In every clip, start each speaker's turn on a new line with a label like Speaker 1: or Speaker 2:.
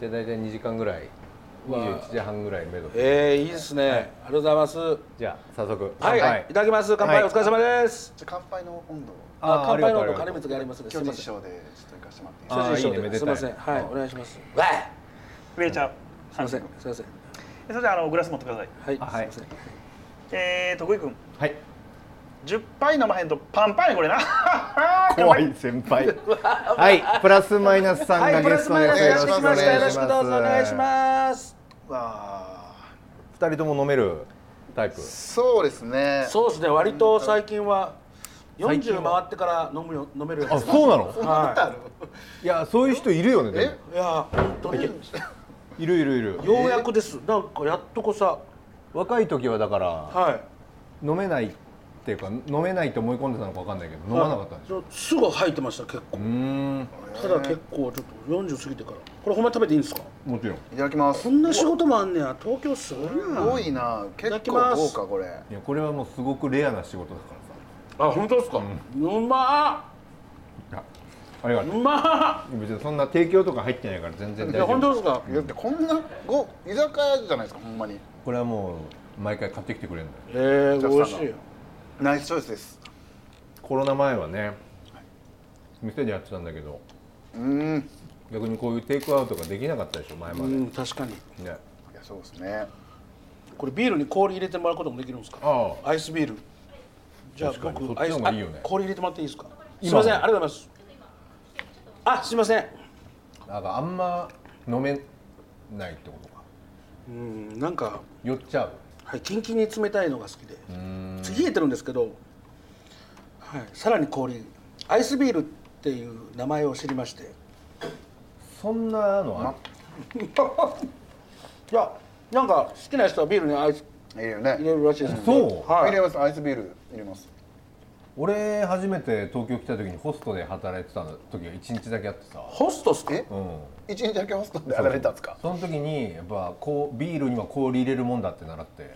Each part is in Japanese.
Speaker 1: じゃあ大体2時間ぐらい21時半ぐらいめどで
Speaker 2: えー、いいですね、ありがとうございますは
Speaker 1: じゃあ早速
Speaker 2: い、
Speaker 1: 乾杯
Speaker 2: い、ただきます乾杯、
Speaker 3: はい
Speaker 2: お疲れ様です
Speaker 3: じゃあ乾杯の温度を
Speaker 2: あ乾杯の
Speaker 1: あり
Speaker 2: 音
Speaker 1: がとうあり
Speaker 2: 金
Speaker 1: がとう
Speaker 2: 光がありますのです
Speaker 3: 巨
Speaker 2: いません
Speaker 3: 人師匠でちょっと行かせてもらっていいです
Speaker 1: あ
Speaker 3: か
Speaker 1: ー
Speaker 2: 巨人師匠で
Speaker 1: いいねめでたい
Speaker 2: すいませんはいお願いしますわあ
Speaker 4: 上茶
Speaker 2: すいません
Speaker 4: はい
Speaker 2: すいません
Speaker 4: それじゃああのグラス持ってください
Speaker 2: はい、
Speaker 1: あはい
Speaker 2: すいま
Speaker 4: えー、徳井君
Speaker 1: はい
Speaker 4: 10杯飲まへんとパンパンやこれな
Speaker 3: 怖い 先輩
Speaker 1: はいプラスマイナスさ
Speaker 2: せんは
Speaker 1: んが
Speaker 2: いプ
Speaker 1: ゲ
Speaker 2: ラ
Speaker 1: ス
Speaker 2: ス
Speaker 1: ト
Speaker 2: マ
Speaker 1: に
Speaker 2: イ
Speaker 1: やっ
Speaker 2: ナ
Speaker 1: て
Speaker 2: スよ
Speaker 1: く
Speaker 2: ろ
Speaker 1: れ
Speaker 2: しくお
Speaker 1: ま
Speaker 2: 願い
Speaker 1: す
Speaker 2: しますよろしくどうぞお願いします
Speaker 3: わあ
Speaker 1: 二人とも飲めるタイプ
Speaker 3: そうですね
Speaker 2: そうですね割と最近は
Speaker 1: 最近
Speaker 2: 40回ってから飲むよ飲めるよう
Speaker 1: あ
Speaker 2: になって
Speaker 1: そうなの
Speaker 2: はい
Speaker 1: やそういう人いるよねでも
Speaker 2: い
Speaker 3: え
Speaker 2: いや本当によ
Speaker 1: いるいるいる
Speaker 2: うやくですなんかやっとこさ
Speaker 1: 若い時はだから
Speaker 2: はい
Speaker 1: 飲めないっていうか飲めないと思い込んでたのか分かんないけど飲まなかったんでしょ
Speaker 2: ょすぐ入ってました結構
Speaker 1: うーん
Speaker 2: ただ結構ちょっと40過ぎてからこれほんまに食べていいんですか
Speaker 1: もちろん
Speaker 3: いただきます
Speaker 2: こんな仕事もあんねや東京すごい
Speaker 3: す
Speaker 2: な
Speaker 3: ごいな結
Speaker 2: だきま
Speaker 3: 構
Speaker 2: す
Speaker 3: 豪華これ
Speaker 1: いやこれはもうすごくレアな仕事だからさ
Speaker 2: あ本当ですかうま
Speaker 1: あありがと
Speaker 2: ー
Speaker 1: う
Speaker 2: うま
Speaker 1: 別にそんな提供とか入ってないから全然
Speaker 2: ー
Speaker 1: 大
Speaker 2: いや
Speaker 1: 丈
Speaker 2: 本当
Speaker 1: 夫
Speaker 2: ですか
Speaker 3: だってこんなご居酒屋じゃないですかほんまに
Speaker 1: これはもう毎回買ってきてくれるんだよ
Speaker 2: ええ
Speaker 3: お
Speaker 2: 美
Speaker 3: 客
Speaker 2: 味
Speaker 3: さん
Speaker 2: し
Speaker 3: が
Speaker 2: いよ
Speaker 3: ナイスチョイスです
Speaker 1: コロナ前はね店でやってたんだけど
Speaker 3: うーんい
Speaker 1: 逆にこういうテイクアウトができなかったでしょ前ま
Speaker 2: う
Speaker 1: で、ね
Speaker 2: ん確かに
Speaker 3: やそうですね
Speaker 2: これビールに氷入れてもらうこともできるんですか
Speaker 1: ああ
Speaker 2: アイスビールじゃあ
Speaker 1: 確かに
Speaker 2: 僕
Speaker 1: そっちの方がいいよね
Speaker 2: アイスあ氷入れてもらっていいですかす
Speaker 1: 今
Speaker 2: いませんありがとうございますあすいません
Speaker 1: なんかあんま飲めないってことか
Speaker 2: うんなんか
Speaker 1: 酔っちゃう
Speaker 2: はい、キンキンに冷たいのが好きで冷えてるんですけど、はい、さらに氷アイスビールっていう名前を知りまして
Speaker 1: そんなのある
Speaker 2: いやなんか好きな人はビールにアイス
Speaker 3: いいよね
Speaker 2: 入れるらしいですね
Speaker 1: そう
Speaker 2: は
Speaker 3: 入
Speaker 2: い
Speaker 3: れますアイスビール入れます
Speaker 1: 俺初めて東京来た時にホストで働いてた時が1日だけあってさ
Speaker 2: ホストっすか
Speaker 3: え
Speaker 1: うん
Speaker 3: 一日だけホストで働いてたんですか
Speaker 1: その時にやっぱこうビールには氷入れるもんだって習って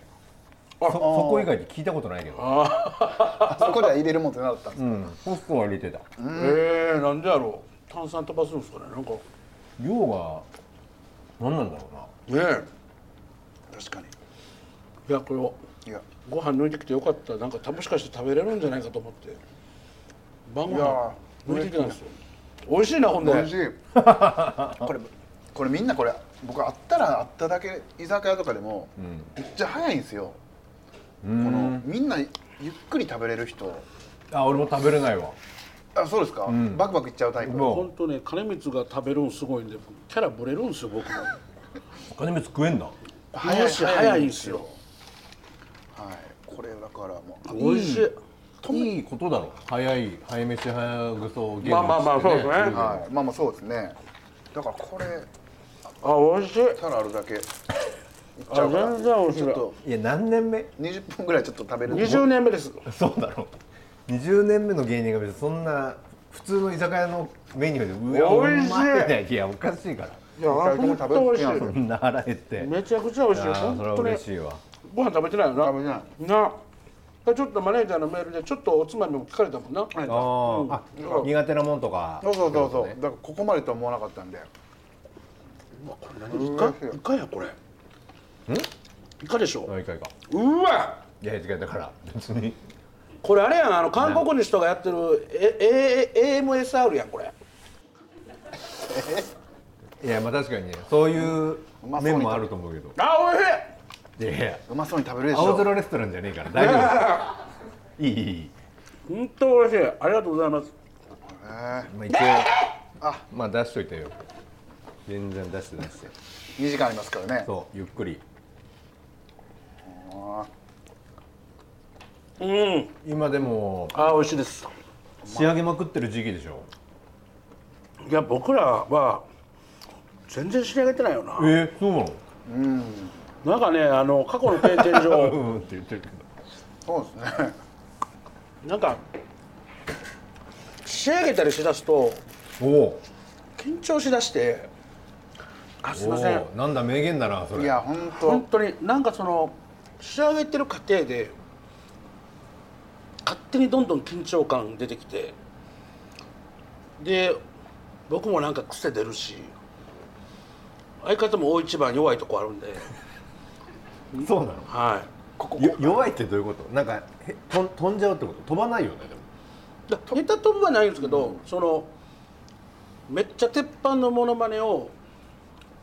Speaker 2: あ
Speaker 1: そそこ以外で聞いたことないけど、
Speaker 3: あそこでは入れるもんってなかったんです
Speaker 1: う
Speaker 3: か
Speaker 1: ん、ホストは入れてた
Speaker 2: えー、なんでやろう炭酸飛ばすんですかねなんかね
Speaker 1: 量が何なんだろうな
Speaker 2: え確かにいやこれを
Speaker 3: いや
Speaker 2: ご飯抜いてきてよかったなんかたもしかして食べれるんじゃないかと思って晩ご
Speaker 3: いや
Speaker 2: 飯抜いてきたんですよ美味しいなほんで
Speaker 3: 美 味しいこれこれみんなこれ僕あったらあっただけ居酒屋とかでもめっちゃ早いんですよ、このみんなゆっくり食べれる人
Speaker 1: あ俺も食べれないわ
Speaker 3: あそうですか、バクバクいっちゃうタイプ
Speaker 1: も
Speaker 2: 本当ね金光が食べるんすごいんでキャラブレるんすよ僕も
Speaker 1: う金光食えんだ
Speaker 2: 早いし早いんすよ
Speaker 3: はいこれだからもう
Speaker 2: 美味しい
Speaker 1: いいことだろ早い早飯早ぐそゲームして、ね、
Speaker 2: まあまあまあそうですね
Speaker 3: はいまあまあそうですねだからこれ
Speaker 2: あ美味しい
Speaker 3: たらあるだけいっちゃ
Speaker 2: あ
Speaker 3: うから
Speaker 2: 全然美味し
Speaker 3: ち
Speaker 2: い
Speaker 3: ょっと
Speaker 1: いや何年目
Speaker 3: 20分ぐらいちょっと食べる
Speaker 2: 20年目です
Speaker 1: そうだろう20年目の芸人が別にそんな普通の居酒屋のメニューでう
Speaker 2: 美味しい
Speaker 1: お前いやおかしいから
Speaker 2: いや
Speaker 3: 二人と
Speaker 2: 本
Speaker 3: も
Speaker 2: 当
Speaker 3: 食べる
Speaker 2: 美
Speaker 3: 好
Speaker 2: 味
Speaker 3: き
Speaker 2: し
Speaker 3: なんです
Speaker 2: い
Speaker 1: そんな腹減って
Speaker 2: めちゃくちゃ美味しい
Speaker 1: あーそれは
Speaker 2: 本当に
Speaker 1: 嬉しいわ
Speaker 2: ご飯食べてないよ
Speaker 3: 食べて
Speaker 2: な
Speaker 3: ない
Speaker 2: なあちょっとマネージャーのメールでちょっとおつまみも聞かれたもんな
Speaker 1: あー、あ苦手なもんとか
Speaker 3: そうそうそうそうだからここまでとは思わなかったんで
Speaker 2: イカイカやこれんイカでしょ
Speaker 1: 何回か
Speaker 2: うわ
Speaker 1: いや違うだから別 に
Speaker 2: これあれやんあの韓国の人がやってるええ AMSR やんこれ
Speaker 1: いやまあ確かにねそういう
Speaker 3: まそうに
Speaker 1: 面もあると思うけど
Speaker 2: あ美味しい
Speaker 1: いやいや
Speaker 3: うまそうに食べれるでし
Speaker 1: 青
Speaker 3: ょ
Speaker 1: 空レストランじゃねえから大丈夫いいいいいい
Speaker 2: 本当美味しいありがとうございます
Speaker 3: え
Speaker 1: まあ一応あまあ出しといてよ全然出して出して
Speaker 3: ー、2時間ありますからね
Speaker 1: そうゆっくり
Speaker 2: うん
Speaker 1: 今でも
Speaker 2: あー美味しいです
Speaker 1: 仕上げまくってる時期でしょ
Speaker 2: いや僕らは全然仕上げてないよな
Speaker 1: えー、そうなの
Speaker 2: なんかねあの過去の経験
Speaker 1: う
Speaker 2: 上
Speaker 1: んうんって言ってるけど
Speaker 3: そうですね
Speaker 2: なんか仕上げたりしだすと
Speaker 1: おお
Speaker 2: 緊張しだしてあすいません
Speaker 1: おおなんだ名言だなそれ
Speaker 3: いや本
Speaker 2: 本
Speaker 3: 当
Speaker 2: 当になんかその仕上げてる過程で勝手にどんどん緊張感出てきてで僕もなんか癖出るし相方も大一番弱いとこあるんで
Speaker 1: そうなの
Speaker 2: はいここ
Speaker 1: よ弱いってどういうことなんかへとん飛んじゃうってこと飛ばないよねでも
Speaker 2: だネタ飛ぶはないんですけど、そのめっちゃ鉄板のモノマネを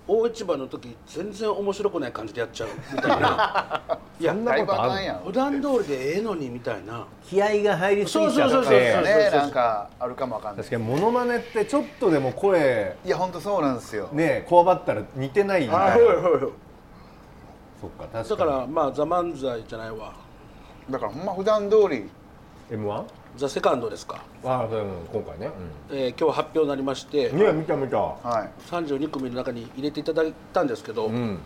Speaker 2: 大一番の時全然面白くない感じでやっちゃうみたいないや
Speaker 1: そんな
Speaker 3: だいぶ
Speaker 1: ことあ
Speaker 3: あ
Speaker 1: る
Speaker 3: かんやん
Speaker 2: 普段通りでええのにみたいな
Speaker 1: 気合が入りすぎちゃう
Speaker 2: そうそうそうそう
Speaker 1: ええ
Speaker 2: そう
Speaker 3: ねなんかあるかもわかんない
Speaker 1: 確かにモノマネってちょっとでも声
Speaker 3: いや本当そうなんですよ、
Speaker 1: ねこわばったら似てないみたいなそっか確かに
Speaker 2: だからまあ「ザ・漫才」じゃないわ
Speaker 3: だからほんま普段通り
Speaker 1: M1?
Speaker 2: 「ザ・セカンドですか、
Speaker 1: ああそううん今回ね、
Speaker 2: えー今日発表になりまして、
Speaker 1: うん、ね見た見た
Speaker 3: はい
Speaker 2: 32組の中に入れていただいたんですけど、
Speaker 1: うん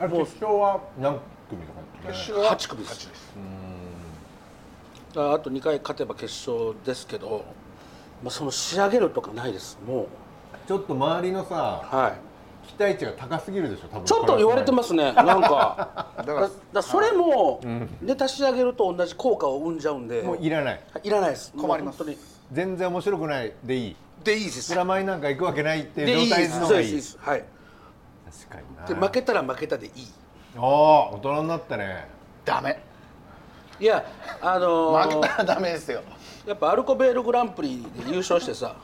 Speaker 1: あれ決勝は何組とか
Speaker 3: 決勝は
Speaker 2: 8組ですああと2回勝てば決勝ですけど、まあ、その仕上げるとかないですも
Speaker 1: ちょっと周りの
Speaker 2: う
Speaker 1: さ
Speaker 2: はい
Speaker 1: 期待値が高すぎるでしょ多分
Speaker 2: ちょっと言われてますすねなんか
Speaker 3: だ
Speaker 2: だ
Speaker 3: から
Speaker 2: だそれもネタ仕上げると同じ効果を生んじゃうんで
Speaker 1: もういらない
Speaker 2: いらないです
Speaker 3: 困ります
Speaker 2: もう本
Speaker 1: 全然面白くないでいい
Speaker 2: 当にでいいです
Speaker 1: プラマイなんか行くわけないって
Speaker 2: で
Speaker 1: い
Speaker 2: いうい
Speaker 1: 状
Speaker 2: で
Speaker 1: 態の
Speaker 2: す
Speaker 1: 方
Speaker 2: そう
Speaker 1: が
Speaker 2: で
Speaker 1: いい
Speaker 2: すいいですはい
Speaker 1: 確かにな
Speaker 2: で負けたら負けたでいい
Speaker 1: ああ大人になったね
Speaker 3: ダメ
Speaker 2: いやあのー
Speaker 3: 負けたらダメですよ
Speaker 2: やっぱアルコベールグランプリで優勝してさ、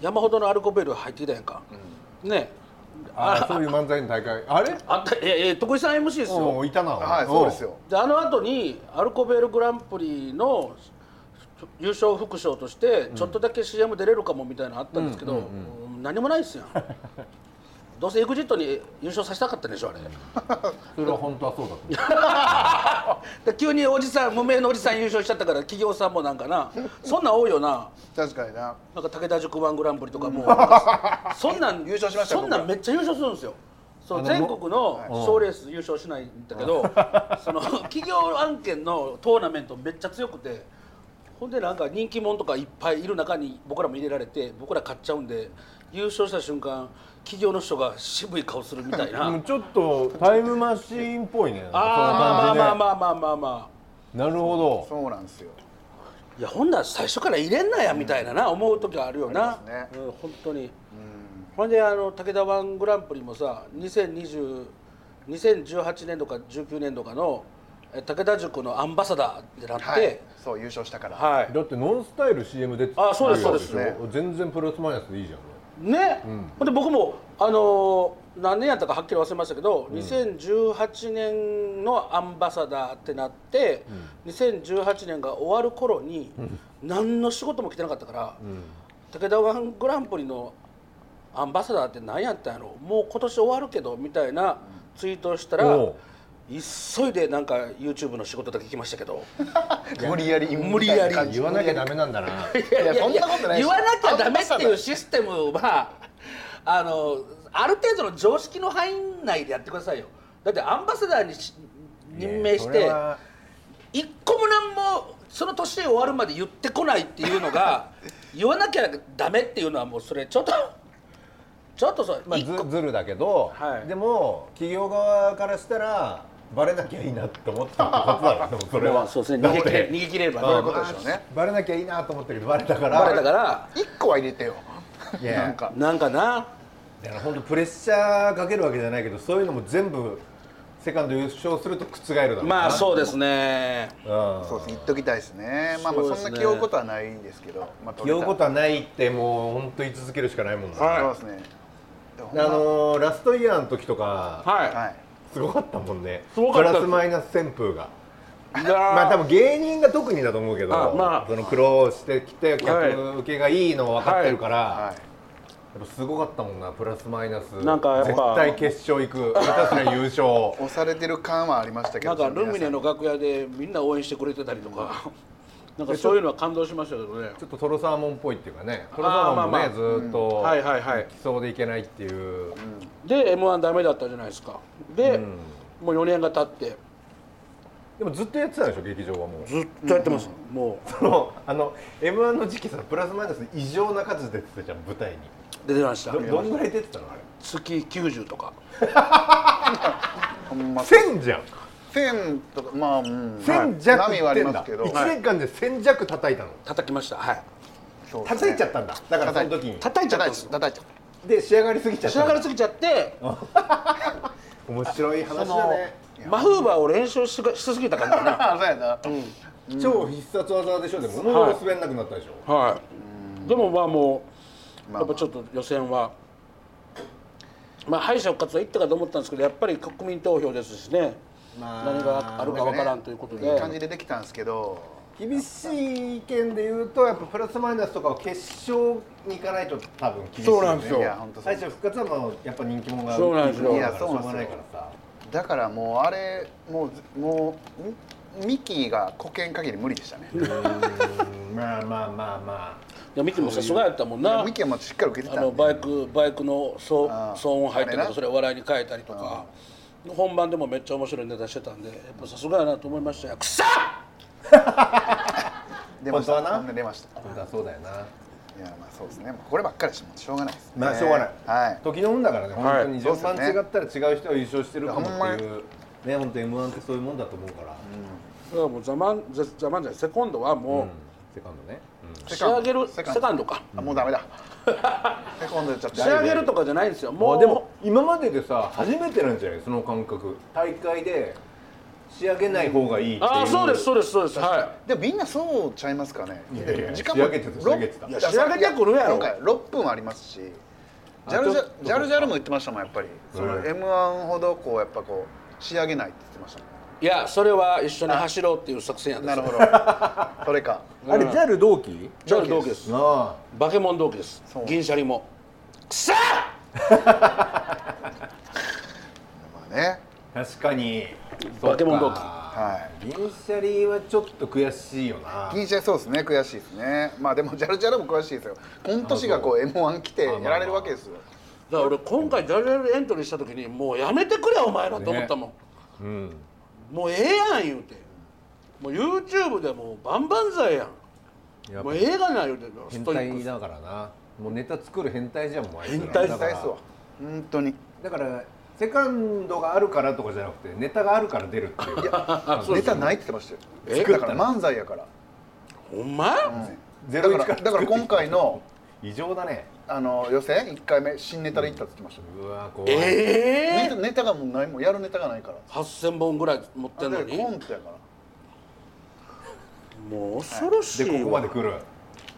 Speaker 2: 山ほどのアルコベール入ってきたやんか、ね
Speaker 1: ああそういう漫才の大会あれ
Speaker 2: あったいやいや徳井さん MC ですよ
Speaker 1: おういたな
Speaker 3: はいそうですよ
Speaker 2: であの後にアルコベールグランプリの優勝副賞としてちょっとだけ CM 出れるかもみたいなのあったんですけど、うん何もないっすよどうせ EXIT に優勝させたかったんでしょあれ
Speaker 1: それは本当はそうだと思う
Speaker 2: で急におじさん無名のおじさん優勝しちゃったから企業さんもなんかなそんなん多いよな
Speaker 3: 確かにな
Speaker 2: なんか武田塾版グランプリとか もう、そんなん
Speaker 3: 優勝しましたよ
Speaker 2: そんなんめっちゃ優勝するんですよ。そ
Speaker 1: あ
Speaker 2: う
Speaker 1: の
Speaker 2: 全国の賞レース優勝しないんだけ ど、その企業案件のトーナメントめっちゃ強くて、ほんでなんか人気者とかいっぱいいる中に僕らも入れられて、僕ら買っちゃうんで、優勝した瞬間企業の人が渋い顔するみたい
Speaker 1: うん
Speaker 2: な。
Speaker 1: ちょっとタイムマシーンっぽいね。
Speaker 2: ああ
Speaker 1: そんな感
Speaker 2: まあ
Speaker 1: じ
Speaker 2: まあまあまあまあまあ。
Speaker 1: でなるほ
Speaker 3: そうなんですよ
Speaker 2: いやほんなら最初から入れんなやみたいなな、思う時はあるよな。
Speaker 3: あります
Speaker 2: うん本当に。ほんであの武田ワングランプリもさ2020 2018年度か19年度かのえ武田塾のアンバサダーってなって、は
Speaker 3: はいいそう優勝したから、
Speaker 1: ど。だってノンスタイル CM 出て
Speaker 2: あそうです
Speaker 1: るわけ
Speaker 2: そう
Speaker 3: です
Speaker 1: しょ全然プラスマイナスでいいじゃん。
Speaker 2: ね、ほんで僕もあのー何年やったかはっきり忘れましたけど、2018年のアンバサダーってなって、2018年が終わる頃に、何の仕事も来てなかったから、武田ワングランプリのアンバサダーって何やったんやろもう今年終わるけどみたいなツイートをしたら、
Speaker 1: おう
Speaker 2: 急いでなんか YouTube の仕事だけ来ましたけど
Speaker 3: 無理やり
Speaker 2: 無理やり
Speaker 3: みたいな感じ
Speaker 1: 言わなきゃダメなんだな。
Speaker 2: いや
Speaker 3: いやそんなことない
Speaker 2: 言わなきゃダメっていうシステムはあのある程度の常識の範囲内でやってくださいよだってアンバサダーにし任命し
Speaker 1: いやそれ
Speaker 2: て
Speaker 1: は
Speaker 2: 一個もなんもその年終わるまで言ってこないっていうのが言わなきゃダメっていうのはもうそれちょっとちょっとそれ、
Speaker 1: まあ
Speaker 2: 一個
Speaker 1: ずずるだけど
Speaker 2: は、い
Speaker 1: でも企業側からしたらバレなきゃいいなって思ってたってこと だろ。でもそれ
Speaker 2: ま
Speaker 1: は。
Speaker 2: あそうですね逃げ切れ逃
Speaker 1: れ。
Speaker 2: げ切れれば
Speaker 3: そうい
Speaker 2: ね
Speaker 3: うことでしょうね
Speaker 1: バレなきゃいいなと思ってるけどバレたか
Speaker 2: バレ
Speaker 1: ら。
Speaker 2: たから
Speaker 3: 一個は入れてよ
Speaker 1: いや
Speaker 3: なんか
Speaker 2: なんかな
Speaker 1: だから本当プレッシャーかけるわけじゃないけど、そういうのも全部セカンド優勝すると覆るだろうな。
Speaker 2: まあそうですね
Speaker 1: うん。
Speaker 3: そうですね言っときたいですねまあまあ
Speaker 2: そう
Speaker 3: そ
Speaker 2: です
Speaker 3: ん
Speaker 2: ね
Speaker 3: な気負うことはないんですけどまあ取
Speaker 1: 言う
Speaker 3: れた
Speaker 1: ことはないってもう本当言い続けるしかないもんな、
Speaker 3: はいそうですねでもほん
Speaker 1: あ
Speaker 3: ま
Speaker 1: のーラストイヤーの時とか
Speaker 2: はい、
Speaker 3: はい
Speaker 1: すごかったもんね
Speaker 2: すごかった
Speaker 1: プラスマイナス旋風が
Speaker 2: いやー
Speaker 1: まあ多分芸人が特にだと思うけど
Speaker 2: あまあ
Speaker 1: その苦労してきて客受けがいいの分かってるから、
Speaker 3: は
Speaker 1: やっぱすごかったもんなプラスマイナス
Speaker 2: なんかやっぱ
Speaker 1: 絶対決勝行く下手すりゃ優
Speaker 3: い
Speaker 1: 勝
Speaker 3: 押されてる感はありましたけ
Speaker 2: な
Speaker 3: ど
Speaker 2: んかルミネ
Speaker 3: 皆
Speaker 2: の楽屋でみ んな応援してくれてたりとか、なんかそういうのは感動しましたけどね。
Speaker 1: ちょっとトロサーモンっぽいっていうかねトロサー
Speaker 2: あー
Speaker 1: モンもね、
Speaker 2: まあまあ
Speaker 1: ずーっと、
Speaker 2: はいはいはい
Speaker 1: 来そうでいけないっていう、
Speaker 2: で M1 ダメだったじゃないですか。で、もう4年が経って
Speaker 1: でもずっとやってたでしょ劇場はもう
Speaker 2: ずっとやってます。も
Speaker 1: そのあの M1 の時期さプラスマイナス異常な数出てたじゃん舞台に
Speaker 2: う出てました
Speaker 1: ど。どんぐらい出てたのあれ
Speaker 2: 月90とか。
Speaker 3: さんほんま
Speaker 1: 1000じゃん
Speaker 3: 千とかまあうん
Speaker 1: 1000弱
Speaker 3: 波はありますけど
Speaker 1: 1年間で1000弱叩いたの
Speaker 2: 叩きました。はい。
Speaker 3: そうですね
Speaker 1: 叩いちゃったんだだからその時に
Speaker 2: 叩いちゃったん
Speaker 3: 叩い
Speaker 2: です
Speaker 3: ちゃ
Speaker 1: で仕上
Speaker 2: よ
Speaker 3: った叩いちゃっ
Speaker 1: がりすぎちゃっ
Speaker 2: 仕上が
Speaker 1: た
Speaker 2: りすぎちゃって
Speaker 1: 面白い
Speaker 2: そ
Speaker 1: 話だ
Speaker 2: の
Speaker 1: ね
Speaker 2: マフーバーを練習しがしすぎた感じだな
Speaker 3: あそうやな、
Speaker 1: 超必殺技でしょでももう滑んなくなったでしょ
Speaker 2: はいでもまあもう
Speaker 3: ま
Speaker 2: やっ
Speaker 3: あ
Speaker 2: ぱちょっと予選はまあ敗者復活はいったかと思ったんですけどやっぱり国民投票ですしね
Speaker 1: まあ
Speaker 2: 何があるかわからんということで
Speaker 3: いい感じでできたんですけど
Speaker 1: 厳しい意見で言うとやっぱプラスマイナスとかは決勝に行かないと多分厳しい、ね、
Speaker 2: そうなんですよ
Speaker 3: いや本当
Speaker 1: 最初復活はまあやっぱ人気者が
Speaker 2: そうなんですよ
Speaker 1: いやそう
Speaker 3: いや
Speaker 1: し
Speaker 3: そ
Speaker 1: ょうがな
Speaker 3: うなんで
Speaker 1: い
Speaker 3: す
Speaker 1: か
Speaker 3: よ
Speaker 1: らさ
Speaker 3: だからもうあれもうもうんミッキーがこけん限り無理でしたね
Speaker 1: うーんまあまあまあま
Speaker 2: いやミキもさすがやったもん
Speaker 3: ミ
Speaker 2: な
Speaker 3: ッキーもしっかり受けて
Speaker 2: あ
Speaker 3: た
Speaker 2: の
Speaker 3: んで
Speaker 2: バイクバイクの騒
Speaker 3: あー
Speaker 2: 騒音入ったり
Speaker 3: あ
Speaker 2: と
Speaker 3: れ
Speaker 2: か
Speaker 3: な
Speaker 2: それを笑いに変えたりとか本番でもめっちゃ面白いネタしてたんでやっぱさすがやなと思いましたよくっさ
Speaker 1: 本
Speaker 3: 出まし
Speaker 1: 当はな
Speaker 3: たみんな出ました
Speaker 1: あ本当はそうだよない
Speaker 3: やまあそうですねもうこればっかりしてもしょうがないですね
Speaker 1: まあしょうがない、
Speaker 3: はい
Speaker 1: 時の運だからね
Speaker 2: はい
Speaker 1: 本当に順番違ったら違う人が優勝してるかも
Speaker 3: いやほ
Speaker 1: っ
Speaker 3: ん
Speaker 1: ていうね本当 m 1ってそういうもんだと思うから、
Speaker 2: だからもうザマンザザマンじゃないセコンドはも
Speaker 1: セカンドね、
Speaker 2: う
Speaker 3: セ
Speaker 2: 仕
Speaker 3: カンド
Speaker 2: 上げるセ
Speaker 3: セカンド
Speaker 2: カンドか
Speaker 3: あもうダ メだセコンドやっちゃって
Speaker 2: 仕上げるとかじゃないんですよ
Speaker 1: も
Speaker 2: も
Speaker 1: う
Speaker 2: う
Speaker 1: でも今まででさ初めてなんじゃないその感覚大会で仕上げない方がいいっていう
Speaker 2: ああそうですそうですそうですはい
Speaker 3: でもみんなそうちゃいますかね
Speaker 1: いやいや
Speaker 3: 時間
Speaker 1: 仕
Speaker 3: も
Speaker 1: 上げてた仕上げてた
Speaker 3: ろっ
Speaker 2: いや仕上げてくるやろ
Speaker 3: 今回6分ありますし
Speaker 1: あ
Speaker 3: ジャルジ
Speaker 1: ちょっ
Speaker 3: ャ
Speaker 1: と
Speaker 3: ジャルジャルも言ってましたもんやっぱりその
Speaker 1: うん
Speaker 3: m 1ほどこうやっぱこう仕上げないって言ってましたもん
Speaker 2: いやそれは一緒に走ろうっていう作戦やった
Speaker 3: なん
Speaker 2: で
Speaker 3: る
Speaker 2: すよ
Speaker 3: ほど それか
Speaker 1: あれ JAL 同期
Speaker 2: ジャル同期です
Speaker 1: なあ
Speaker 2: バケモン同期です
Speaker 3: そう
Speaker 2: 銀シャリもくっさ
Speaker 3: まあね
Speaker 1: 確かに
Speaker 2: バケモン同
Speaker 1: は
Speaker 2: 期
Speaker 3: はい
Speaker 1: 銀シャリはちょっと悔しいよな
Speaker 3: DJ そうですね悔しいですねまあでもジャルジャルも詳しいですよ今年がこう m 1来てやられるわけですよ
Speaker 2: だから俺今回ジャルジャルエントリーした時にもうやめてくれお前らと思ったもん、
Speaker 1: うん
Speaker 2: もうええやん言うてもう YouTube でもうバンバン剤や
Speaker 1: や
Speaker 2: ん
Speaker 1: っ
Speaker 2: も
Speaker 1: ぱ
Speaker 2: う映画ない言うて
Speaker 1: 変
Speaker 2: ストイッ
Speaker 1: 態
Speaker 2: クさ
Speaker 1: だからなもうネタ作る変態じゃんもうあいつら
Speaker 2: 変態
Speaker 1: だか
Speaker 3: 大体
Speaker 1: ら
Speaker 3: っすわ本当に
Speaker 1: だからセカンドがあるからとかじゃなくてネタがあるから出るっていう
Speaker 3: ネタないって言ってました
Speaker 2: え
Speaker 3: よだから漫才やから
Speaker 2: お前、
Speaker 1: ゼ
Speaker 3: だ
Speaker 1: ロ
Speaker 3: か
Speaker 1: イチ
Speaker 3: ら
Speaker 1: から
Speaker 3: だから今回の
Speaker 1: 異常だね
Speaker 3: あの予選1回目新ネタでいったって言ってまし
Speaker 1: うわ怖い、
Speaker 3: たよ、ネ
Speaker 2: ええ
Speaker 3: タネタがもうないもんやるネタがないから
Speaker 2: 8000本ぐらい持って
Speaker 3: だ
Speaker 2: んの
Speaker 3: から
Speaker 2: に
Speaker 3: コントやから
Speaker 2: もう恐ろしい
Speaker 1: で
Speaker 2: わ
Speaker 1: ここまで来る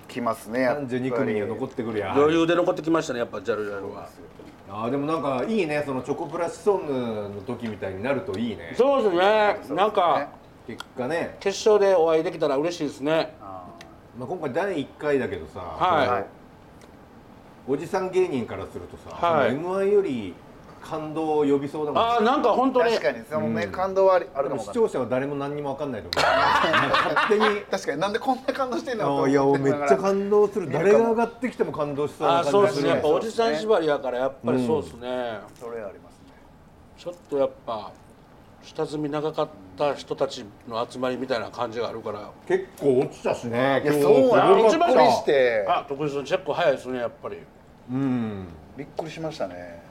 Speaker 3: 来ますねやっぱり
Speaker 1: 32組には残ってくるやん
Speaker 2: 余裕で残ってきましたねやっぱジャルジャルは
Speaker 1: あーでもなんかいいねそのチョコプラシソンヌの時みたいになるといいね
Speaker 2: そうですねなんか
Speaker 1: 結果ね、
Speaker 2: 決勝でお会いできたら嬉しいですね
Speaker 3: あ
Speaker 1: まあ、今回第1回だけどさ、
Speaker 3: ー
Speaker 2: はい
Speaker 3: はい
Speaker 1: おじさん芸人からするとさ、
Speaker 2: はい
Speaker 1: m 1より感動を呼びそうだもんね
Speaker 2: ああなんか本当に
Speaker 3: 確かにそのね、感動はありあ
Speaker 1: で
Speaker 3: るか
Speaker 1: も
Speaker 3: も
Speaker 1: 視
Speaker 3: わかんない
Speaker 1: 聴者は誰も何にも分かんないと思う 勝手に
Speaker 3: 確かになんでこんな感動してんの
Speaker 1: あ
Speaker 3: と
Speaker 1: ーいや
Speaker 3: 思
Speaker 1: も
Speaker 3: っ
Speaker 1: う
Speaker 3: て
Speaker 1: めっちゃ感動する
Speaker 3: 見るか
Speaker 1: 誰
Speaker 3: も
Speaker 1: が上がってきても感動しそう
Speaker 2: あ
Speaker 1: な
Speaker 2: あそう
Speaker 1: 感
Speaker 2: で
Speaker 1: じがする
Speaker 2: すねやっ
Speaker 1: ね
Speaker 2: ぱおじさん縛りやからやっぱり
Speaker 1: うん
Speaker 2: そうですね、
Speaker 3: それありますね
Speaker 2: ちょっとやっぱ下積み長かった人たちの集まりみたいな感じがあるから
Speaker 1: 結構落ちたしね
Speaker 3: いやそうや
Speaker 1: すごかっ
Speaker 3: び
Speaker 1: た
Speaker 3: っくりして
Speaker 2: あ徳井さんチェック早いですねやっぱり
Speaker 1: うん
Speaker 3: びっくりしましたね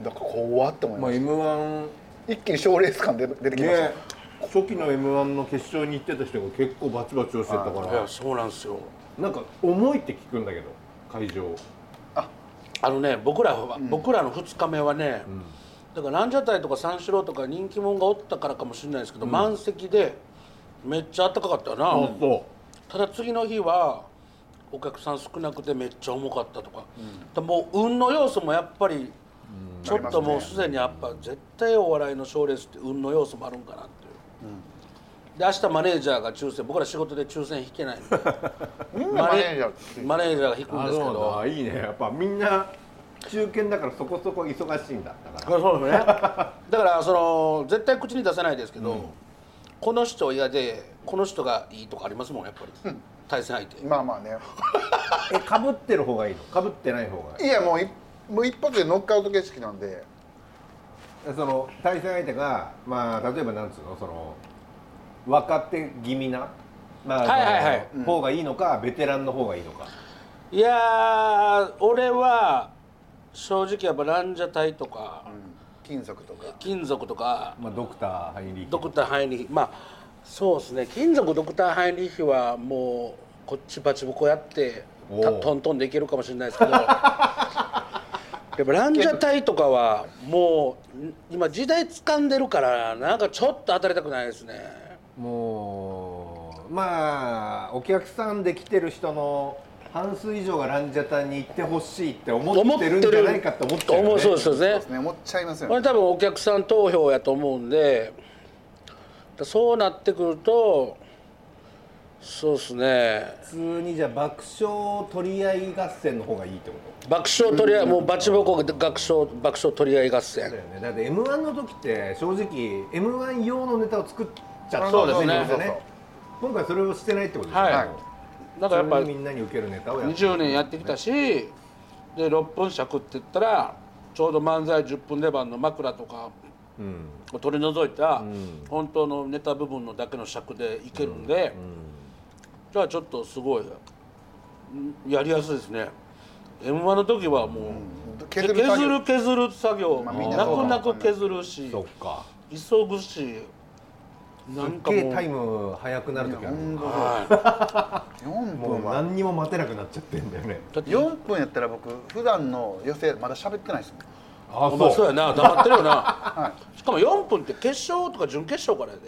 Speaker 3: だから怖って思い
Speaker 1: ま
Speaker 3: ま
Speaker 1: あ
Speaker 3: し
Speaker 1: m 1
Speaker 3: た一気に賞レース感で出てきました、
Speaker 1: ね初期の m 1の決勝に行ってた人が結構バチバチをしてたか
Speaker 2: いや
Speaker 1: ら
Speaker 2: そうなんですよ
Speaker 1: なんか重いって聞くんだけど会場
Speaker 2: あのね僕らは、僕らの2日目はね、だからランジャタイとか三四郎とか人気者がおったからかもしれないですけど、満席でめっちゃ暖かかったよな、
Speaker 1: あそ
Speaker 2: ただ次の日はお客さん少なくてめっちゃ重かったとか,、もう運の要素もやっぱりちょっともうすでにやっぱ絶対お笑いの賞レースって運の要素もあるんかなっていう。で明日マネージャーが抽選僕ら仕事で抽選引けないんで
Speaker 3: みんなマネージャーついて
Speaker 2: マネージャーが引くん
Speaker 1: あ
Speaker 2: ですけ
Speaker 1: そう
Speaker 2: ど
Speaker 1: なんだいいねやっぱみんな中堅だからそこそこ忙しいんだったから
Speaker 2: そうですねだからその絶対口に出さないですけど、この人嫌でこの人がいいとかありますもんやっぱり、対戦相手
Speaker 3: まあまあね
Speaker 1: えかぶってる方がいいのかぶってない方がいい
Speaker 3: いやもういもう一発でノックアウト形式なんで
Speaker 1: その対戦相手がまあ例えばなんつうのその若手気味なまあ
Speaker 2: はいはいはい
Speaker 1: その方がいいのかベテランの方がいいのか
Speaker 2: いやー俺は正直やっぱランジャタイとか、
Speaker 3: 金属とか
Speaker 2: 金属とか
Speaker 1: まあドクターハイリーヒ
Speaker 2: ドクターハインリヒまあそうですね金属ドクターハインリヒはもうこっちバチボコやって
Speaker 1: おう
Speaker 2: たトントンでいけるかもしれないですけどやっぱランジャタイとかはもうん今時代掴んでるからなんかちょっと当たりたくないですね
Speaker 1: もうまあお客さんで来てる人の半数以上がランジャタイに行ってほしいって思ってるんじゃないかって思ってる
Speaker 2: 思
Speaker 1: よ
Speaker 2: う
Speaker 1: ね
Speaker 2: そうですよね
Speaker 3: ですね思っちゃいますよ
Speaker 2: これ
Speaker 3: ね
Speaker 2: 多分お客さん投票やと思うんでそうなってくるとそうですね
Speaker 1: 普通にじゃあ爆笑取り合い合戦の方がいいってこと
Speaker 2: 爆笑取り合いもうバチボコ学笑爆笑取り合い合
Speaker 1: だ
Speaker 2: 戦
Speaker 1: よねだって m 1の時って正直 m 1用のネタを作っちゃった
Speaker 2: そうですね
Speaker 1: んよ今回それをしてないってことですね、
Speaker 2: はいだからやっぱ
Speaker 1: それにみんなに受けるネタをやって
Speaker 2: 20年やってきたしで6分尺って言ったらちょうど漫才10分出番の枕とか
Speaker 1: うん
Speaker 2: を取り除いた本当のネタ部分のだけの尺でいけるんで、じゃあちょっとすごいんやりやすいですね m 1の時はもう、削
Speaker 3: 削る作業
Speaker 2: る削る作業、
Speaker 3: まあみんな
Speaker 2: 泣く泣く削るし
Speaker 1: そっか
Speaker 2: 急ぐしな
Speaker 1: す
Speaker 2: ん
Speaker 1: っ
Speaker 2: か
Speaker 1: げ
Speaker 2: も
Speaker 1: え
Speaker 2: う
Speaker 1: タイム早くなる時ある
Speaker 3: 本
Speaker 2: は
Speaker 3: 当4
Speaker 1: もう
Speaker 3: 分は
Speaker 1: 何にも待てなくなっちゃってんだよね
Speaker 2: い、だって
Speaker 3: 4分やったら僕普段の寄せまだ喋ってないですもん
Speaker 1: あ
Speaker 2: お前そうやな黙ってるよな
Speaker 3: は
Speaker 2: しかも4分って決勝とか準決勝からや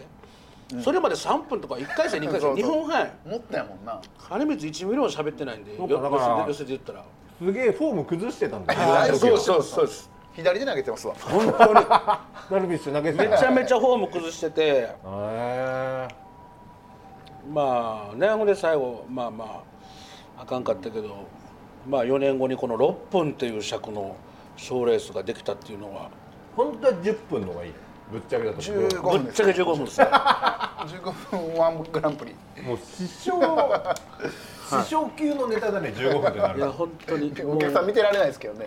Speaker 2: で、それまで3分とか1回戦2回戦
Speaker 3: そうそう
Speaker 2: 2分半
Speaker 3: いもったやもんな
Speaker 2: 金光1ミリも喋ってないんで
Speaker 1: そ
Speaker 2: よ
Speaker 1: うかだから
Speaker 2: 寄せて寄せて言ったら
Speaker 1: すげえフォーム崩してたんだ
Speaker 3: あ
Speaker 1: よ
Speaker 3: ー
Speaker 1: ね
Speaker 3: そう
Speaker 2: そうそうです
Speaker 3: 左で投げてますわ
Speaker 1: 本当にダルビッシュ投げてた
Speaker 2: めちゃめちゃフォーム崩してて
Speaker 1: へ
Speaker 2: まあねほんで最後まあまああかんかったけどまあ4年後にこの6分っていう尺の賞ーレースができたっていうのは
Speaker 1: 本当は10分の方がいいぶっちゃけだと思う
Speaker 3: 15
Speaker 2: ぶ
Speaker 3: 分
Speaker 2: っ
Speaker 3: で
Speaker 2: ち
Speaker 3: す
Speaker 2: ゃけ15分ですよ
Speaker 3: 15分ワングランプリ
Speaker 1: もう師匠師匠級のネタだね15分ってなる
Speaker 2: いや本当にも
Speaker 3: お
Speaker 2: う
Speaker 3: 客さん見てられないですけどね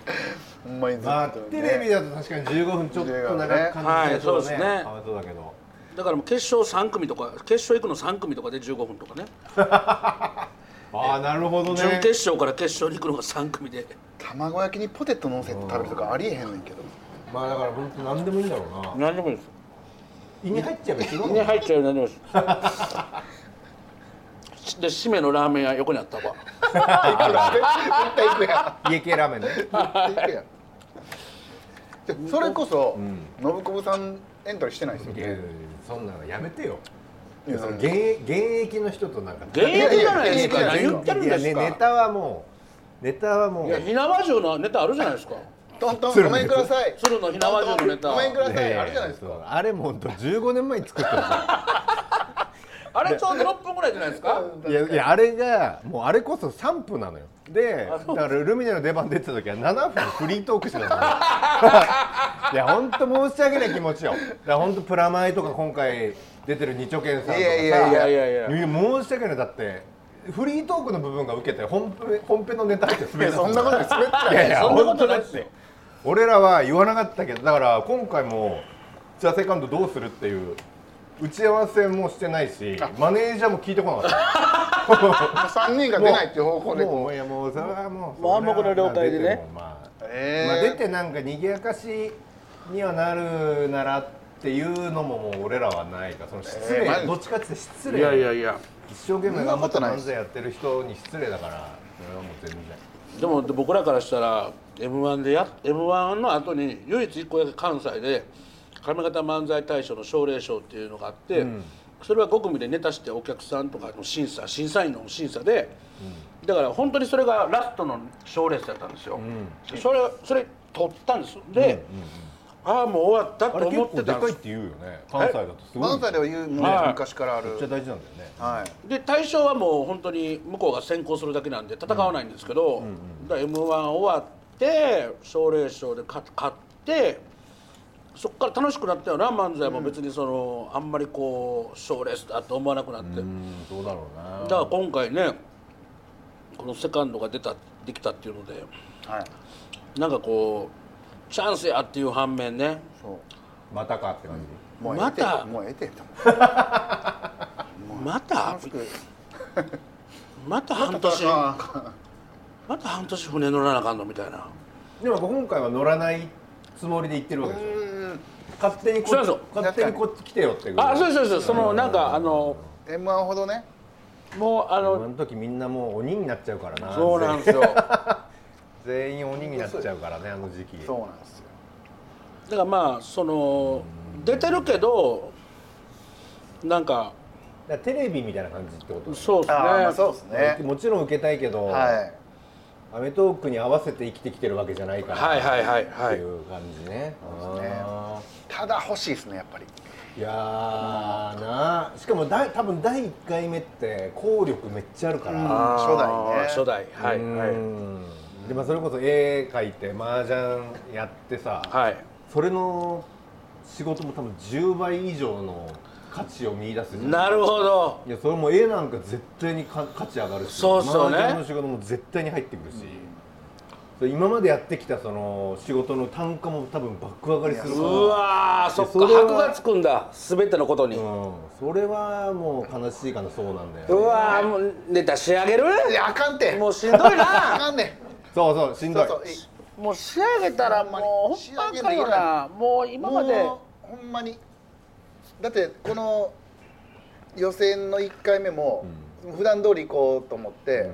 Speaker 3: ほんまにずっと、ね
Speaker 1: まあテレビだと確かに15分ちょっと長く感じ
Speaker 2: はいそうですね
Speaker 1: かわいそうだけど
Speaker 2: だからもう決勝3組とか決勝行くの3組とかで15分とかね
Speaker 1: ああなるほどね
Speaker 2: 準決勝から決勝に行くのが3組で
Speaker 3: 卵焼きにポテトのせて食べるとかありえへんねんけど
Speaker 1: まあだから本当何でもいいんだろうな
Speaker 2: 何でもいいです
Speaker 1: 胃に入っちゃえば一度
Speaker 2: ね入っちゃうようになりますで締めのラーメン屋横にあったわ
Speaker 3: 絶対行くや
Speaker 1: 家系ラーメンね
Speaker 3: ん絶対行くやんでそれこそ、信子さんエントリーしてないですよ
Speaker 1: いやいやいやそんなのやめてよ
Speaker 3: いや
Speaker 1: その現役現役の人となんか
Speaker 2: 現役じゃないですか
Speaker 3: いやい
Speaker 2: 何
Speaker 3: や
Speaker 2: 言ってるんですか
Speaker 1: いやねネタはもうネタはも
Speaker 2: いうや火縄銃のネタあるじゃないですか
Speaker 3: トントン
Speaker 1: 鶴
Speaker 3: ご
Speaker 1: の
Speaker 3: めんください
Speaker 2: 鶴の火縄銃のネタ
Speaker 3: ごめんください
Speaker 1: や
Speaker 3: あれじゃないですか
Speaker 1: そうあれも本当15年前に作ったんで
Speaker 2: あれちょうど6分ぐらいじゃないですか
Speaker 1: すよいやいやあれがもうあれこそ3分なのよでだからルミネの出番出てた時は7分フリートークしてた のよいや本当申し訳ない気持ちよだから本当プラマイとか今回出てる二丁拳さんとかさ
Speaker 3: いやいやい
Speaker 2: いやいやいや
Speaker 1: いや申し訳ないだってフリートークの部分が受けて本編本編のネタって滑り出す
Speaker 3: そんなことで滑ってない
Speaker 1: いやいや
Speaker 2: そんなことない
Speaker 1: 本当だ
Speaker 2: で
Speaker 1: っ
Speaker 2: すよ
Speaker 1: て俺らは言わなかったけどだから今回も「ザ・セカンドどうするっていう打ち合わせもしてないしマネージャーも聞いてこなかっ
Speaker 3: 3人が
Speaker 1: た
Speaker 3: 出ないっていう方向で
Speaker 1: もうもういやもうそれはもう
Speaker 2: もう暗黙の了解でね
Speaker 1: まあ出てもまあ
Speaker 3: え
Speaker 1: ま
Speaker 3: ー
Speaker 1: あ出てなんか賑やかしにはなるならっていうのももう俺らはないからその失礼、
Speaker 3: えーマジ
Speaker 1: どっちかっていうと失
Speaker 2: い
Speaker 1: 礼
Speaker 2: やいやいや
Speaker 1: 一生懸命頑張って
Speaker 3: そんなことない
Speaker 1: 漫才やってる人に失礼だからそれはもう全然
Speaker 2: でも僕らからしたら m 1でや m 1の後に唯一一個だけ関西で上方漫才大賞の奨励賞っていうのがあって、それは5組でネタしてお客さんとかの審査審査員の審査で、だから本当にそれがラストの賞レースだったんですよ、それそれ取ったんですで、ああもう終わった
Speaker 1: あ
Speaker 2: と
Speaker 1: れ
Speaker 2: 思
Speaker 1: 結構
Speaker 2: ってた
Speaker 1: で
Speaker 2: んで
Speaker 1: かい
Speaker 2: す
Speaker 1: って言うよね関西だとすごい
Speaker 3: 関西では言うもう
Speaker 2: はい
Speaker 3: 昔からある
Speaker 1: めっちゃ大事なんだよね
Speaker 3: はい
Speaker 2: で大賞はもう本当に向こうが先行するだけなんで戦わないんですけど、だ m 1終わって奨励賞で勝勝ってそこから楽しくなったよな漫才も別にその、あんまりこう賞レースだと思わなくなって、
Speaker 1: うんそうだろうな
Speaker 2: だから今回ねこのセカンドが出たできたっていうので
Speaker 3: はい
Speaker 2: なんかこうチャンスやっていう反面ね
Speaker 3: そ
Speaker 1: またかって感じ、
Speaker 3: うもうええて
Speaker 2: また
Speaker 3: もうええてと
Speaker 2: また
Speaker 3: 思う
Speaker 2: また半年
Speaker 3: あー
Speaker 2: また半年船乗らなあかんのみたいな。
Speaker 1: でも今回は乗らないつもりで行ってるわけでしょ
Speaker 3: うん
Speaker 1: 勝手にこ
Speaker 2: そう
Speaker 1: っ
Speaker 2: そう
Speaker 1: ち勝手にこっち来てよって
Speaker 2: あ、そう
Speaker 1: う
Speaker 2: ですそうです。そのなんかあの
Speaker 3: M1 ほどね
Speaker 2: もうあ
Speaker 1: あ
Speaker 2: の
Speaker 1: の時みんなもう鬼になっちゃうからな
Speaker 2: そうなんですよ。
Speaker 1: 全員鬼になっちゃうからねあの時期
Speaker 3: そうなんですよ
Speaker 2: だからまあその出てるけどなんか
Speaker 1: だからテレビみたいな感じってこと
Speaker 2: そうですね
Speaker 3: あーまあそうですね
Speaker 1: もちろん受けたいけど、
Speaker 3: はい
Speaker 1: アメトーークに合わせて生きてきてるわけじゃないから、
Speaker 2: はいはいはい
Speaker 1: っ
Speaker 2: は
Speaker 1: てい
Speaker 2: いう
Speaker 1: 感じね。
Speaker 3: そうですね
Speaker 1: あ
Speaker 3: ただ欲しいですねやっぱり
Speaker 1: ーいやーなあしかもだい多分第1回目って効力めっちゃあるから、
Speaker 3: うん
Speaker 1: う
Speaker 2: あー
Speaker 3: 初
Speaker 2: 初代はいはい
Speaker 1: んでまあ、それこそ絵描いて麻雀やってさ、
Speaker 2: はい
Speaker 1: それの仕事も多分10倍以上の価値を見出すじゃん
Speaker 2: なるほど
Speaker 1: いやそれも絵なんか絶対にか価値上がるし
Speaker 2: そうそうね
Speaker 1: 麻雀の仕事も絶対に入ってくるし、それ今までやってきたその仕事の単価も多分バック上がりする
Speaker 2: う
Speaker 1: から
Speaker 2: わーそっ
Speaker 1: そ
Speaker 2: か
Speaker 1: れは
Speaker 2: 箔がつくんだ全てのことに、
Speaker 1: うん、それはもう悲しいかなそうなんだよね、
Speaker 2: うわーもうネタ仕上げる
Speaker 3: いやあかんて
Speaker 2: もうしんどい
Speaker 3: あ
Speaker 2: な
Speaker 3: かんね
Speaker 1: そうそうしんどいう
Speaker 3: そそうい
Speaker 2: もう仕上げたらもう
Speaker 3: 仕
Speaker 2: ほんまあ
Speaker 3: 上げで
Speaker 2: かん
Speaker 3: きない
Speaker 2: よなもう今まで
Speaker 3: もうほんまにだってこの予選の1回目も、普段通り行こうと思って、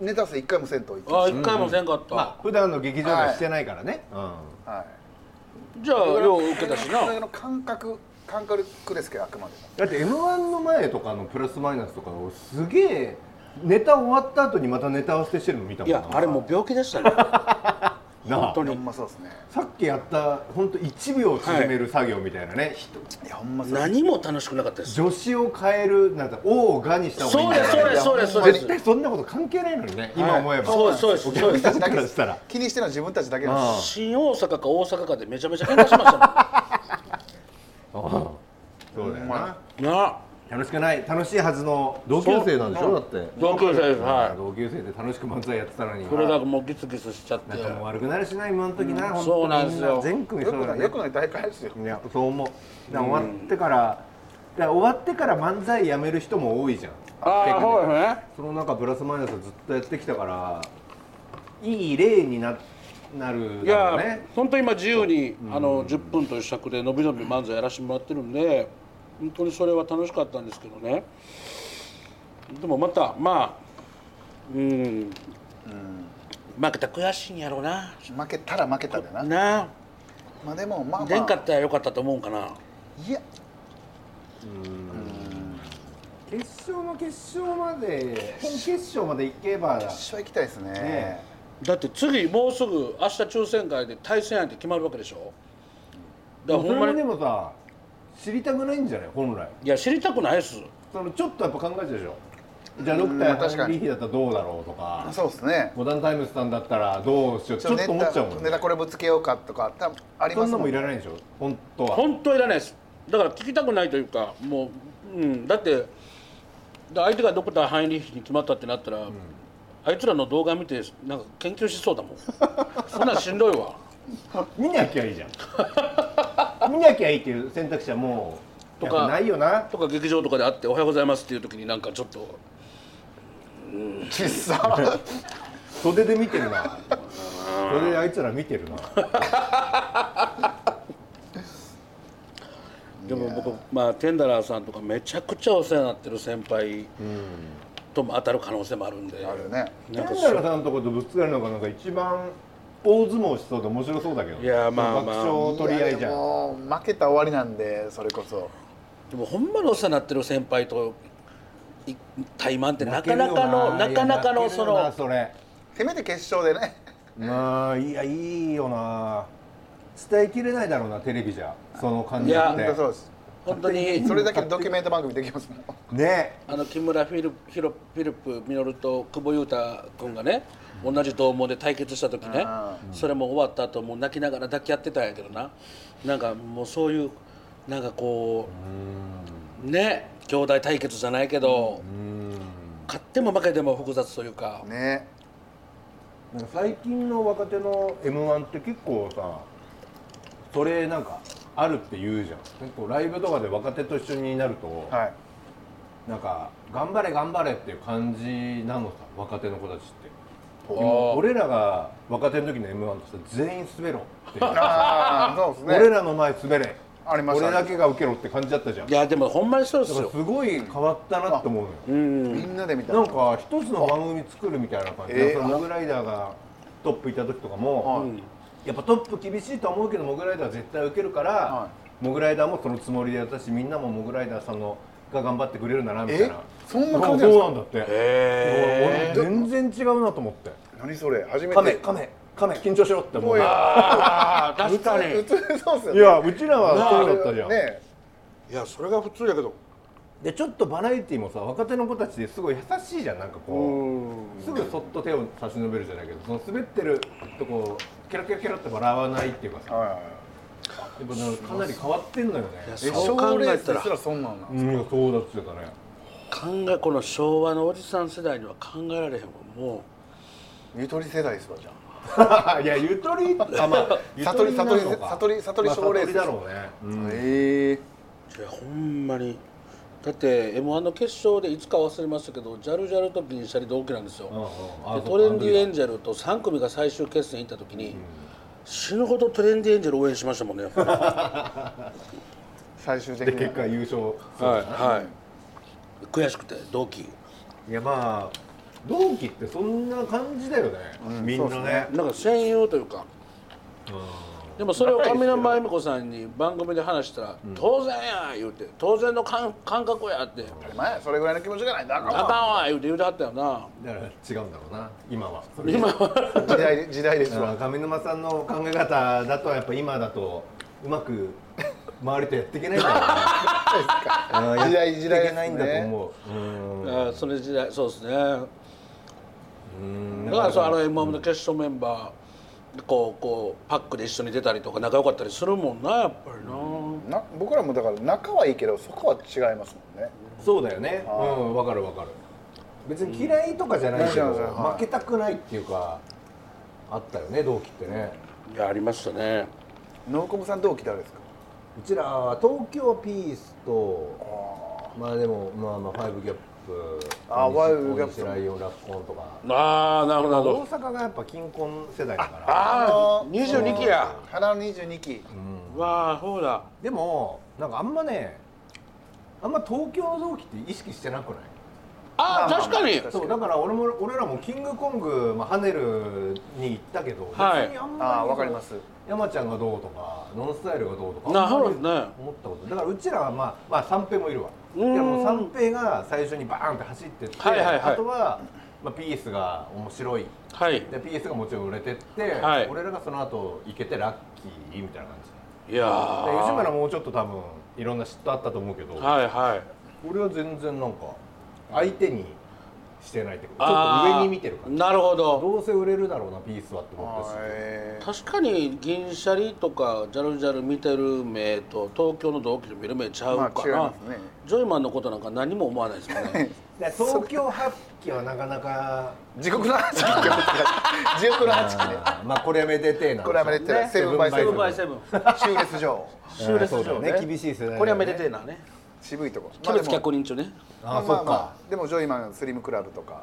Speaker 3: ネタ合わせ1回もせんと行って
Speaker 2: あ一回もせんかった、
Speaker 1: 普段の劇場でしてないからね、
Speaker 3: はい
Speaker 2: じゃあよう受けたしな
Speaker 3: それの感覚感覚ですけどあくまでも
Speaker 1: うん、だって m 1の前とかのプラスマイナスとかをすげえネタ終わった後にまたネタ合わせしてるの見たも
Speaker 2: い
Speaker 1: んな
Speaker 2: やあれもう病気でしたね
Speaker 1: なあ
Speaker 2: 本当
Speaker 3: ほ
Speaker 2: に
Speaker 3: んまそうですね
Speaker 1: さっきやった本当1秒縮める作業みたいなね、人
Speaker 3: いやほんまそう
Speaker 2: 何も楽しくなかったです
Speaker 1: 助詞を変えるなんか「お」を「が」にした方がいいんだよね
Speaker 2: そうですそうですそうです
Speaker 1: 絶対そんなこと関係ないのにね、今思えば
Speaker 2: そうですそうですそう
Speaker 1: お
Speaker 2: で
Speaker 1: 客
Speaker 2: す
Speaker 1: さんからしたら
Speaker 3: 気にしてるのは自分たちだけなん
Speaker 1: あ
Speaker 3: です
Speaker 2: 新大阪か大阪かでめちゃめちゃ喧嘩しました
Speaker 1: ああそうだよ
Speaker 3: ほんま
Speaker 1: な
Speaker 2: もん なあ
Speaker 1: 楽しくない楽しいはずの同級生なんでしょだって
Speaker 2: 同級生ですはい
Speaker 1: 同級生で楽しく漫才やってたのに
Speaker 2: これがもうギスギスしちゃって
Speaker 1: 仲も悪くなるしな今の時な、本当に
Speaker 2: そうなんですよ
Speaker 1: み全組
Speaker 3: よ
Speaker 1: そう
Speaker 3: く
Speaker 1: だ
Speaker 3: ない
Speaker 1: ね
Speaker 3: よくない大会ですよ
Speaker 1: いやそう思うだから終わってから、だから終わってから漫才やめる人も多いじゃん
Speaker 2: ああそうですね
Speaker 1: その中プラスマイナスずっとやってきたからいい例にななる
Speaker 2: い
Speaker 1: だろう
Speaker 2: や
Speaker 1: ね
Speaker 2: 本当に今自由にあの10分という尺でのびのび漫才やらせてもらってるんで本当にそれは楽しかったんですけどねでもまたまあうん負けた悔しいんやろうな
Speaker 3: 負けたら負けたでな
Speaker 2: な
Speaker 3: まあでもまあ
Speaker 2: あ
Speaker 3: ま
Speaker 2: 出んか
Speaker 3: あ
Speaker 2: ったらよかったと思うんかない
Speaker 3: や
Speaker 1: 決勝の決勝まで本決勝まで行けば
Speaker 3: 一緒行きたいですね
Speaker 1: ね
Speaker 2: だって次もうすぐ明日抽選会で対戦相手決まるわけでしょだから
Speaker 1: そ
Speaker 2: ほん
Speaker 1: れも
Speaker 2: まに
Speaker 1: でもさ知りたくないんじゃない本来
Speaker 2: いや知りたくないっす
Speaker 1: そのちょっとやっぱ考えちゃうでしょじゃあドクタ
Speaker 3: まあ確
Speaker 1: ー
Speaker 3: か
Speaker 1: ハン
Speaker 3: に
Speaker 1: リーヒだったらどうだろうとか
Speaker 3: そうですね
Speaker 1: モダンタイムスさんだったらどうしようちょっと思っちゃうもん
Speaker 3: ネ
Speaker 1: ね
Speaker 3: タこれぶつけようかとか多分あり
Speaker 1: そ
Speaker 3: ます
Speaker 1: んなもんい
Speaker 3: ね
Speaker 1: らないでしょ本当は
Speaker 2: 本当いらないですだから聞きたくないというかもう、うん、だってだ相手がドクターハインリッヒに決まったってなったら、あいつらの動画見てなんか研究しそうだもん そんなんしんどいわ
Speaker 1: 見なきゃいいじゃん見なきゃいいっていう選択肢はもう
Speaker 2: とか
Speaker 1: やっぱないよな
Speaker 2: とか劇場とかで会って「おはようございます」っていう時になんかちょっと
Speaker 3: ちっさ
Speaker 1: 袖で見てるな袖であいつら見てるな
Speaker 2: でも僕まあテンダラーさんとかめちゃくちゃお世話になってる先輩とも当たる可能性もあるんで、
Speaker 3: あるね
Speaker 1: 天原さんとことぶつかるのがなんか一番大相撲しそうで面白そうだけど
Speaker 2: いやまあまあ
Speaker 1: 爆笑取り合い
Speaker 3: い
Speaker 1: じ
Speaker 3: や
Speaker 1: ゃ
Speaker 3: で
Speaker 1: ん
Speaker 3: も負けたら終わりなんでそれこそ
Speaker 2: でもほんまにお世話になってる先輩とい対マンってなかなかのな
Speaker 1: 泣け
Speaker 2: か
Speaker 1: るよ
Speaker 2: なかのそ
Speaker 1: いや
Speaker 2: の
Speaker 1: 泣けるよな
Speaker 3: せめて決勝でね
Speaker 1: それまあいやいいよな伝えきれないだろうなテレビじゃその感じっ
Speaker 2: い
Speaker 1: て
Speaker 3: 本当そうです
Speaker 2: 本当に
Speaker 3: それだけドキュメント番組できますもん
Speaker 1: ね
Speaker 2: あの木村フィリフィロフィリップ稔と久保裕太君がね、同じ同門で対決した時ね、それも終わった後もう泣きながら抱き合ってたんやけどななんかもうそういうなんかこうね兄弟対決じゃないけど、勝っても負けても複雑というか、
Speaker 3: ね
Speaker 1: なんか最近の若手の m 1って結構さそれなんかあるって言うじゃん結構ライブとかで若手と一緒になると、
Speaker 3: はい
Speaker 1: なんか頑張れ頑張れっていう感じなのさ若手の子たちって
Speaker 2: ー
Speaker 1: 今俺らが若手の時の m 1として全員滑ろっていう
Speaker 3: ああそうですね
Speaker 1: 俺らの前滑れ
Speaker 3: ありました
Speaker 1: 俺だけが受けろって感じだったじゃん
Speaker 2: い
Speaker 1: だか
Speaker 2: やでもほんまにそうです
Speaker 1: ら
Speaker 2: よ
Speaker 1: すごい変わったなって思うのよ
Speaker 3: みんなで見た
Speaker 1: なんか一つの番組作るみたいな感じで、
Speaker 3: えー
Speaker 1: そのモグライダーがトップいた時とかも、
Speaker 3: はい
Speaker 1: やっぱトップ厳しいと思うけどモグライダーは絶対受けるから、
Speaker 3: は
Speaker 1: モグライダーもそのつもりでやったしみんなもモグライダーさんのが頑張ってくれるんだなみたい
Speaker 3: え
Speaker 1: な
Speaker 3: そんな
Speaker 1: そ
Speaker 3: 感
Speaker 1: う
Speaker 3: じなん
Speaker 1: そう
Speaker 3: です
Speaker 1: な
Speaker 3: か
Speaker 1: んだって、
Speaker 3: へー
Speaker 1: 俺全然違うなと思って
Speaker 3: 何それ初めて
Speaker 1: カメカメカメ緊張しろって思う
Speaker 3: おい
Speaker 2: ああ確か
Speaker 3: 普
Speaker 2: に
Speaker 3: 通そうっすよ
Speaker 1: いやうちらはそうだったじゃん、
Speaker 3: ね
Speaker 2: いやそれが普通やけど
Speaker 1: でちょっとバラエティーもさ若手の子たちですごい優しいじゃんなんかこうすぐそっと手を差し伸べるじゃないけどその滑ってるとこをキラキラキラって笑わないっていうかさや
Speaker 3: はい
Speaker 1: っぱなんかかなり変わってんのよね
Speaker 3: え
Speaker 2: そう考えた
Speaker 3: 賞レース
Speaker 2: ら
Speaker 3: すらそんなんなん
Speaker 1: うんいやそうだっつってたね
Speaker 2: 考えこの昭和のおじさん世代には考えられへんわも
Speaker 3: ゆとり世代ですわじゃ
Speaker 1: いやゆとりあまあゆとりなのか
Speaker 3: 悟り悟り悟り
Speaker 1: まあ
Speaker 3: 賞レ
Speaker 1: 悟
Speaker 3: ース
Speaker 1: りだろうね、うん
Speaker 3: あへえ
Speaker 2: ういやほんまにだって m 1の決勝でいつか忘れましたけどジャルジャルと銀シャリ同期なんですよ、
Speaker 1: うんうんあ
Speaker 2: でトレンディエ
Speaker 1: ン
Speaker 2: ンジェルと3組が最終決戦行った時に、死ぬほどトレンディエンジェル応援しましたもんねやっぱり
Speaker 3: 最終的
Speaker 1: で
Speaker 3: に
Speaker 1: 結果優勝
Speaker 2: はい
Speaker 1: そうだな
Speaker 2: はい悔しくて同期
Speaker 1: いやまあ同期ってそんな感じだよね、みんな
Speaker 3: そうっす
Speaker 1: ね
Speaker 3: ね
Speaker 2: なんか戦友というかでもそれを上沼恵美子さんに番組で話したら「当然や!」言うて「当然の感感覚や!」って「
Speaker 3: お前それぐらいの気持ちがないんだあかん
Speaker 2: あ
Speaker 3: わ
Speaker 2: かんわ!」言うて言うてはったよな
Speaker 1: だから違うんだろうな今は
Speaker 2: 今は
Speaker 3: 時代で時代ですわ
Speaker 1: 上沼さんの考え方だとやっぱ今だとうま く周りとやっていけないんだろうね
Speaker 3: 時代
Speaker 1: うん
Speaker 3: 時
Speaker 1: やっ
Speaker 3: 代
Speaker 1: ていけないんだと思う
Speaker 2: あそれ時代そうですね
Speaker 1: うん
Speaker 2: だからそうあの m 1の決勝メンバーこうこうパックで一緒に出たりとか仲良かったりするもんなやっぱりな、
Speaker 3: な僕らもだから仲はいいけどそこは違いますもんね
Speaker 1: そうだよねうんわかるわかる別に嫌いとかじゃないけど
Speaker 3: うんそうそうそうはい
Speaker 1: 負けたくないっていうかあったよね同期ってね
Speaker 2: いやありましたね
Speaker 3: ノーコムさん同期誰ですか
Speaker 1: うちらは東京ピースとまあでもまあまあファイブギャップ
Speaker 3: あ
Speaker 1: 大西
Speaker 3: ファイブギャ
Speaker 1: 大
Speaker 3: ップ
Speaker 1: 西ライオンラッコンとか
Speaker 2: ああなるほどなるほ
Speaker 1: 大
Speaker 2: ど
Speaker 1: 阪がやっぱ金婚世代だから
Speaker 2: ああ22期や
Speaker 3: 花の22期
Speaker 2: わあそうだ
Speaker 1: でもなんかあんまねあんま東京の同期って意識してなくない
Speaker 2: ああ
Speaker 3: まあまあ
Speaker 2: 確かに
Speaker 3: 確
Speaker 1: そうだから俺も俺らもキングコング、まあ、ハネルに行ったけど、
Speaker 2: はい
Speaker 1: 別にあんまり
Speaker 3: ああわかります
Speaker 1: 山ちゃんがどうとかノンスタイルがどうとか
Speaker 2: なるほどね
Speaker 1: あんまり思ったことだからうちらはまあ、まあ、三平もいるわ
Speaker 2: う
Speaker 1: で
Speaker 2: ん
Speaker 1: も三平が最初にバーンって走ってって、
Speaker 2: はいはいはい
Speaker 1: あとは、まあ、ピースが面白い
Speaker 2: はい
Speaker 1: でピースがもちろん売れてって、
Speaker 2: はい
Speaker 1: 俺らがその後行けてラッキーみたいな感じ
Speaker 2: いや
Speaker 1: で吉
Speaker 2: ー
Speaker 1: 村もうちょっと多分いろんな嫉妬あったと思うけど、
Speaker 2: はいはい
Speaker 1: 俺は全然なんか相手にしてないっていうかちょっ
Speaker 2: あー
Speaker 1: と上に見てるから
Speaker 2: なるほど
Speaker 1: どうせ売れるだろうなピースはって思ったし、
Speaker 3: へ
Speaker 2: 確かに銀シャリとかジャルジャル見てる目と東京の同期で見る目ちゃ
Speaker 3: ー
Speaker 2: う
Speaker 3: まあ
Speaker 2: か
Speaker 3: 違い
Speaker 2: ら、
Speaker 3: ますね
Speaker 2: ジョイマンのことなんか何も思わないですもんね
Speaker 1: で東京発揮はなかなか
Speaker 3: 地獄の8期ってことですか地獄の8期で
Speaker 1: あーまあこれはめでてえな
Speaker 3: これはめでてえ セブンバイセブン
Speaker 2: バイセブン
Speaker 3: 終列上
Speaker 1: 修列
Speaker 2: そうだ
Speaker 1: ね
Speaker 2: ね
Speaker 1: 厳しい世代だよね
Speaker 2: これはめでてえなね
Speaker 3: 渋いとこ
Speaker 2: キャベツ
Speaker 3: まあでも
Speaker 2: 客人中ね
Speaker 1: ああ
Speaker 3: ま
Speaker 1: そ
Speaker 3: あ
Speaker 1: っか
Speaker 3: まあでもジョイマンスリムクラブとか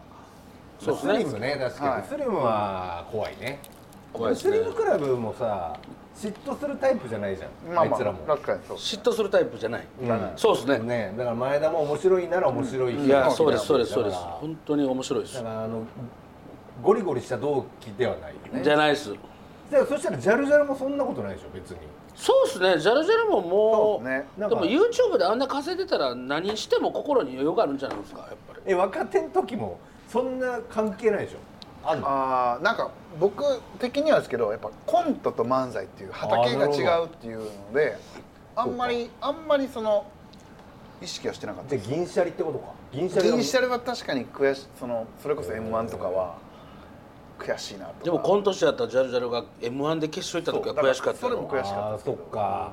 Speaker 2: そうですね
Speaker 1: スリムね確かに、
Speaker 3: はい
Speaker 1: スリムは怖いね
Speaker 2: 怖いです
Speaker 1: ス
Speaker 2: ね
Speaker 1: リムクラブもさ嫉妬するタイプじゃないじゃん、
Speaker 3: まあ
Speaker 1: あ
Speaker 3: ま
Speaker 1: い
Speaker 3: あ
Speaker 1: つらも、
Speaker 3: 確かにそう
Speaker 2: 嫉妬するタイプじゃない、
Speaker 1: うん
Speaker 2: そうですね
Speaker 1: ねだから前田も面白いなら面白いし、
Speaker 2: いやそうですそうです
Speaker 1: だか
Speaker 2: そう
Speaker 1: ら
Speaker 2: です本当に面白いです
Speaker 1: だからあのゴリゴリした同期ではないよね
Speaker 2: じゃないです
Speaker 1: じゃあそしたらジャルジャルもそんなことないでしょ別に
Speaker 2: そうですねジャルジャルももう
Speaker 3: そうですね
Speaker 1: なん
Speaker 2: で
Speaker 1: か
Speaker 2: も YouTube であんな稼いでたら何しても心に余裕があるんじゃないですかやっぱり
Speaker 1: え若手の時もそんな関係ないでしょあんの
Speaker 3: あーなんか僕的にはですけどやっぱコントと漫才っていう畑が違うっていうのであんまりあんまりその意識はしてなかった
Speaker 1: じゃ
Speaker 3: で
Speaker 1: あ銀シャリってことか銀シャ
Speaker 3: す
Speaker 1: リは
Speaker 3: 銀シャルは確かに悔しそのそれこそ m 1とかは悔しいなとか
Speaker 2: でも今年やったらジャルジャルが m 1で決勝行った時は悔しかった
Speaker 3: そうだ
Speaker 2: よ
Speaker 3: からそれも悔しか
Speaker 1: あ
Speaker 3: っ
Speaker 1: ーそっか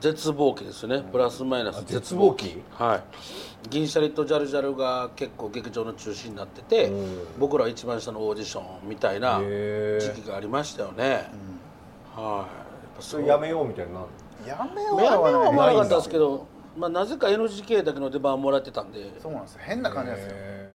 Speaker 2: 絶望期ですよねプラスマイナス
Speaker 1: 絶望期
Speaker 2: はい銀シャリとジャルジャルが結構劇場の中心になってて僕らは一番下のオーディションみたいな
Speaker 1: へー
Speaker 2: 時期がありましたよね、はいやっぱ
Speaker 1: そ
Speaker 2: そう
Speaker 1: れやめようみたいになる
Speaker 3: たやめよう
Speaker 2: 目は
Speaker 3: は
Speaker 2: 思
Speaker 3: な
Speaker 2: わ
Speaker 3: い
Speaker 2: なかったですけどまあなぜか NGK だけの出番をもらってたんで
Speaker 3: そうなんですよ変な感じなんですよ
Speaker 1: へ